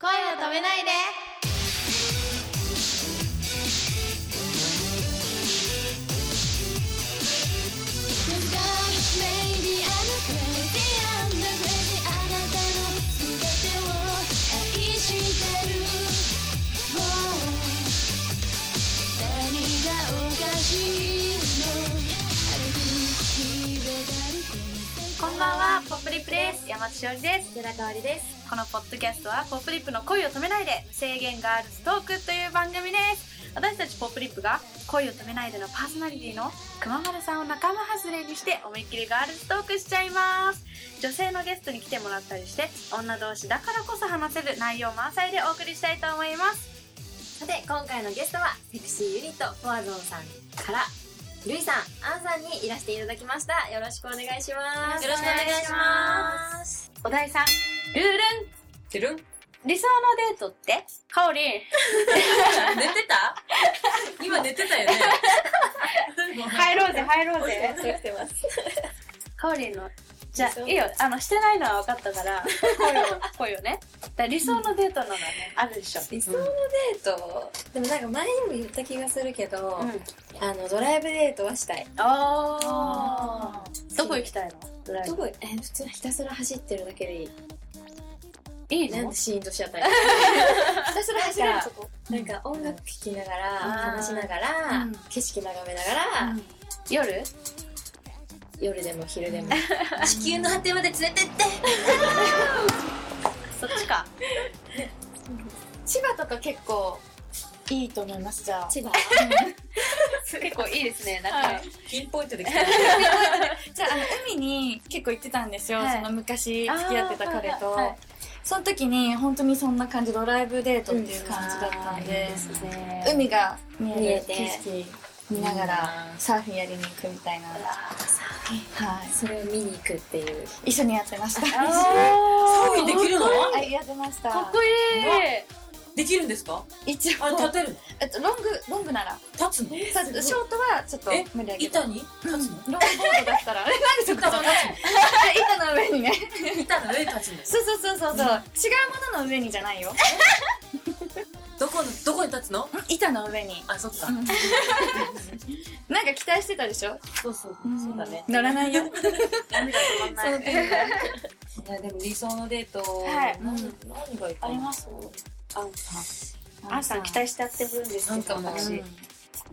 声を止めないでこんばんは、ポップリップです。山地しおりです。寺川りですこのポッドキャストは、ポップリップの恋を止めないで、制限ガールズトークという番組です。私たちポップリップが、恋を止めないでのパーソナリティの熊丸さんを仲間外れにして、思いっきりガールズトークしちゃいます。女性のゲストに来てもらったりして、女同士だからこそ話せる内容満載でお送りしたいと思います。さて今回のゲストはセクシーユニットフォアゾンさんからルイさん、アンさんにいらしていただきましたよろしくお願いしますよろしくお願いしますお題さん、ルールンてるん理想のデートってかおりん寝てた 今寝てたよね。入ろうぜ、入 ろう起きてぜま。すてますカオリンのじゃあいいよあのしてないのは分かったから 恋を恋をねだから理想のデートなのはね、あるでしょ理想のデート、でもなんか前にも言った気がするけど、うんあのドライブデートはしたいあーどこ行きたいのドライどブこえ普通にひたすら走ってるだけでいいいいなんのでシーンとしちゃっ たりひたすら走れるとこなんか音楽聴きながら、あー話しながら、うん景色眺めながら、夜夜でも昼でも地球の果てまで連れてって。そっちか千葉とか結構いいと思いますじゃあ千葉結構いいですねなんか、はいピンポイントで来た。じゃああの海に結構行ってたんですよ、はいその昔付き合ってた彼と、あーはいはいはいその時に本当にそんな感じドライブデートっていう感じだったんで、すね海が見見ええるて景色見ながらサーフィンやりに行くみたいな、はい、それを見に行くっていう一緒にやってましたあーサーフィンできるのはいやってましたかっこいいできるんですか一応あ、立てるのえっとロングロングなら立つのさショートはちょっとえ無理やけど板に立つのロングボードだったらえなんでちょっと板は立 板の上にねつの板の上に立つのそうそうそうそうそう、違うものの上にじゃないよどこの、どこに立つの 板の上にあ、そっか。なんか期待してたでしょそうそううんそうだね。乗らないよ涙止まんないいや、でも理想のデート。はい何うん何がいいかなすあんあんさん期待しちゃってるんですけどなんかもう私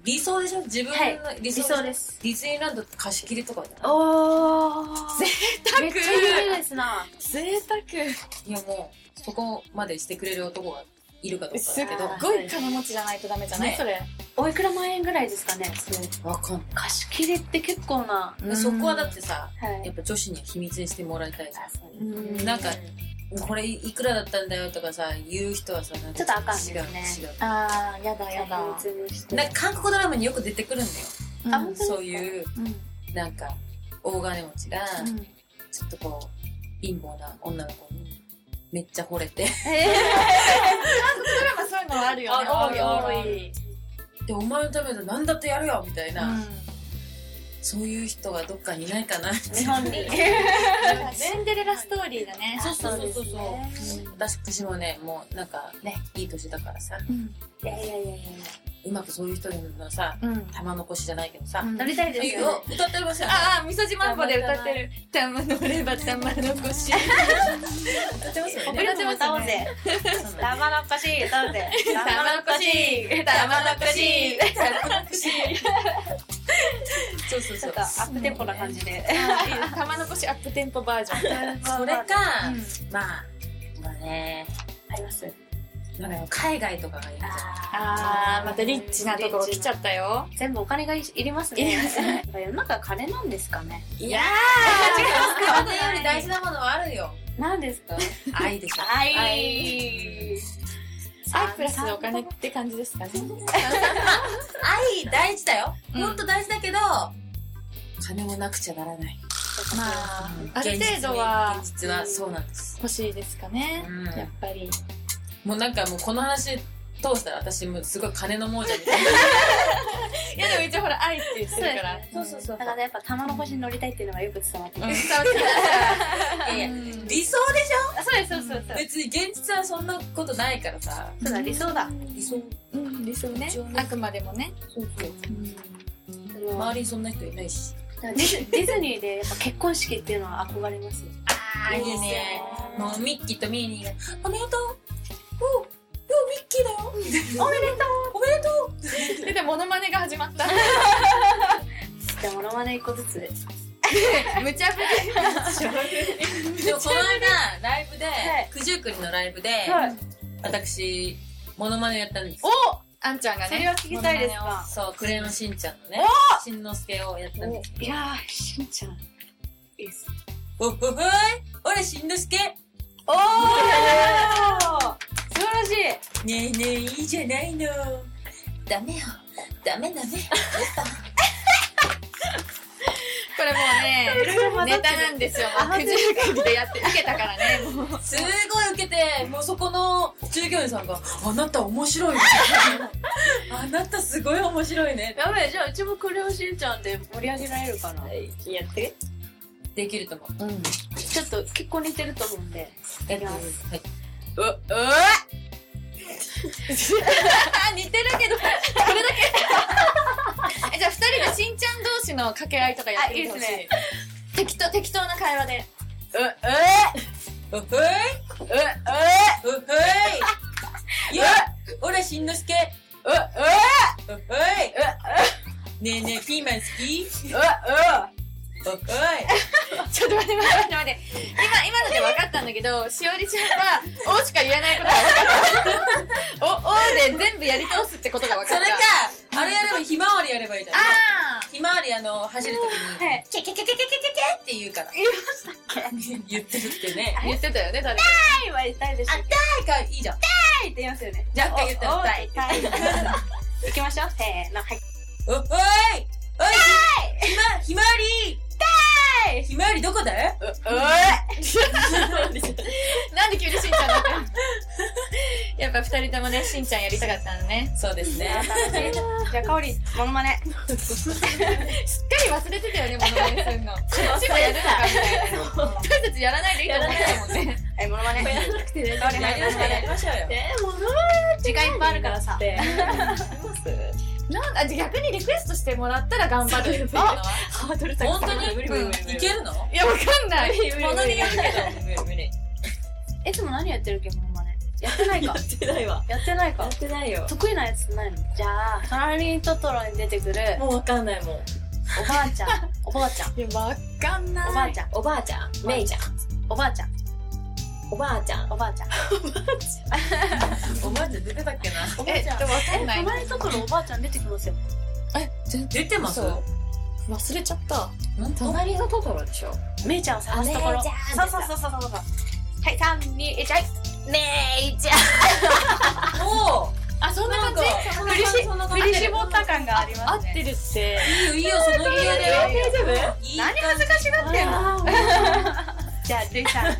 理想でしょ自分はいの理理想想ですディズニーランド貸し切りとかじゃなお ーめっちゃいいですな贅いいや、もう、そこまでしてくれる男がいるかどう沢かすっだけど。ごい金持ちじゃない とダメじゃない、ねそれおいくら万円ぐらいですかねそれわかんない貸し切りって結構な、でそこはだってさ、はやっぱ女子には秘密にしてもらいたいじゃうんなんかん。これいくらだったんだよとかさ、言う人はさ、なんかちょっとあかんですね違う、違ああやだやだ、秘密にしてう。なんか韓国ドラマによく出てくるんだよ。うんあ本当ですかそういう、なんか、大金持ちが、うんちょっとこう、貧乏な女の子に、めっちゃ惚れて。ドラマそういうのはあるよねあ多い多い多いで、お前のためだ何だってやるよみたいな、うそういう人がどっかにいないかな。日本にんシンデレラストーリーだね そうそうそうそう。ですね私もね、もうなんかね、いい年だからさ、うんいやいやいやいやうまくそういう人のさ、うん玉残しじゃないけどさ、乗りたいですよね歌ってましたよね。ああ、みそじまんぼで歌ってる。たまのればたまのこし。歌ってますよポップリね。ップも歌おうぜたまらっこしい歌おうぜたたまのこし。たまのこし。そうそうちそょうっとア。ップテンポな感じでたまのこしアップテンポバージョン。それか、うんまあ、まあね、ありますなんか海外とかがいいじゃん。ああ、またリッチなところ来ちゃったよ。全部お金がいりますねやっぱ世の中金なんですかねいや お金より大事なものはあるよ。なんですか 愛でしょ。はいー、アイプラスでお金って感じですかね。愛大事だよ。うんもっと大事だけど、金もなくちゃならない。まあ、ある程度は現実はそうなんです。欲しいですかねうん。やっぱり。もうなんかもうこの話、どうしたら私もすごい金の亡者みたいないやでも一応ほら愛って言ってるからそうそうそうだからやっぱ玉の星に乗りたいっていうのがよく伝わってくる。いやいやうん理想でしあそうですそうですそうょです。別に現実はそんなことないからさそうだ理想だ。理想うん、理想ね一応ねあくまでもね。そうそうその周りにそんな人いないしだからディズディズニーでやっぱ結婚式っていうのは憧れます。あいいねもうミッキーとミーニーが「おめでとうおうおうミッキーだよ」おめでとうおめでとうで、で、モノマネが始まった。じゃあモノマネ一個ずつ。無茶ぶり。でもこの間ライブで九十九里のライブではい。私モノマネをやったんですおあんちゃんがそれはね。聞きたいですか。そうクレヨンしんちゃんのねしんのすけをやったんですいやーしんちゃん。いいっす。おおおい俺しんのすけ おお素晴らしい。ねえねえいいじゃないのダメよダ メダメこれもうね、ネタなんですよ。もう九十九でやって、受けたからね。もうすごい受けてもうそこの従業員さんが「あなた面白いね」 あなたすごい面白いね」やべえじゃあうちもクレヨンしんちゃんで盛り上げられるかな。やってできると思ううんちょっと結構似てると思うんで。えっとやはい、う、 う似てるけどえ じゃあ二人がしんちゃん同士の掛け合いとかやってみてほしいあいいで適当適当な会話でうううふいうううふいいや俺しんのすけうううふいねえねえピーマン好きうううふいちょっと待って待って待って待って今今ので分かったんだけどしおりちゃんは「お」しか言えないことが分かったお「お」で全部やり通すってことが分そかったれかあれやればひまわりやればいいじゃんあひまわりあの走るときに、はいケケケケケケケケって言うから。言ってるってね。ー言ってたよね誰かいは痛いでしょ。なんかいいじゃん。痛いって言いますよね。若干言ったら痛い。痛い。行きましょう。せーの。はい。おおいおいひま、ひまわり痛いひまわりどこだよ「うう」なんで急にしんちゃんだったの やっぱ二人ともねしんちゃんやりたかったのねそうですね。じゃあ、かおり、モノマネ。すっかり忘れてたよねモノマネするのこっちもやるのかみたいな私たちやらないでいいと思ってたもんねはい、モノマネ。やらなくてね。やりましょう、やりましょうよ。時間いっぱいあるからさ。なんあじゃあ逆にリクエストしてもらったら頑張る。あハードル高い。本当にいけるのいやわかんない。ものによるけど。いつも何やってるっけ、モノマネ。やってないか。ってないわ。やってないか。てないよ。得意なやつないのじゃあ、サラリートトロに出てくる、もうわかんないもん。おばあちゃん、おばあちゃん、いやわかんない。おばあちゃん、おばあちゃんめいちゃんおばあちゃん、おばあちゃんおばあちゃん。おばあちゃん出てたっけなおばあえちでゃん。もわかんなサい。ラリートトロおばあちゃん出てきますよ。え全出てますそう忘れちゃった。本当隣のトトロでしょめいちゃんを探すところ。あそめういちゃんそうそうそうそうそう。はい、三二一はい。めいちゃんおおあそんななん感かじ。、振りし、振振り絞った感があり合まっすね。てるって。いいよ、いいよ、その理由いで。やいやいやいい何恥ずかしがってんの。じゃあ、ルイさん。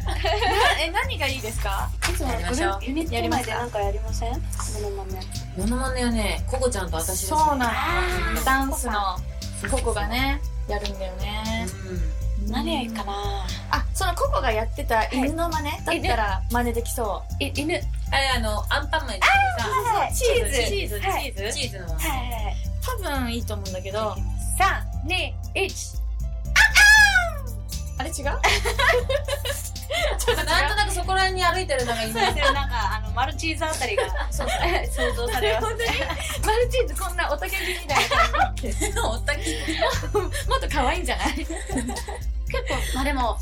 え何がいいですか？いつもやりましょうユニット内でなんかやりませんモノマネ。モノマネはね、ココちゃんと私ですね。そうなん。ダンスのココがねやるんだよね。う何がいいかなあそのココがやってた犬の真似だったら真似できそい犬。はいん。あれ、あの、アンパンマンやってるはい。チーズチーズ、チはいーズ。さ、チーズはい。の。う。多分いいと思うんだけど。三、二、一。あれ 違う？なんとなくそこら辺に歩いてるのがいいね。なんか、あの、マルチーズあたり がそう想像されます。マルチーズこんなおたけびみたいな感そう。 おったき。じ もっと可愛いんじゃない結構、 まあでも、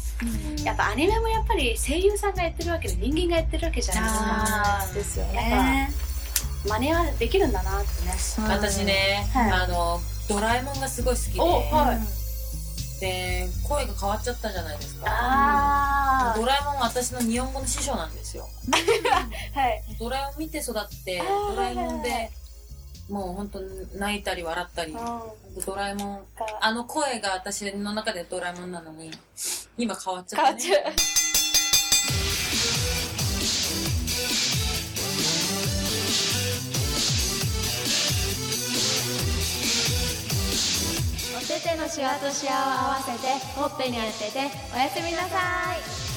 やっぱアニメもやっぱり声優さんがやってるわけで人間がやってるわけじゃないあーですよねですか。真似はできるんだなってね。 私ね、はいあの、ドラえもんがすごい好きおはで、で、声が変わっちゃったじゃないですか。あドラえもんは私の日本語の師匠なんですよ。あ。 はい。ドラえもん見て育って、ードラえもんはいはで、もう本当泣いたり笑ったり、ドラえもん、あの声が私の中でドラえもんなのに、今変わっちゃった、ね。変わっ「シワとシワを合わせてほっぺに当てておやすみなさい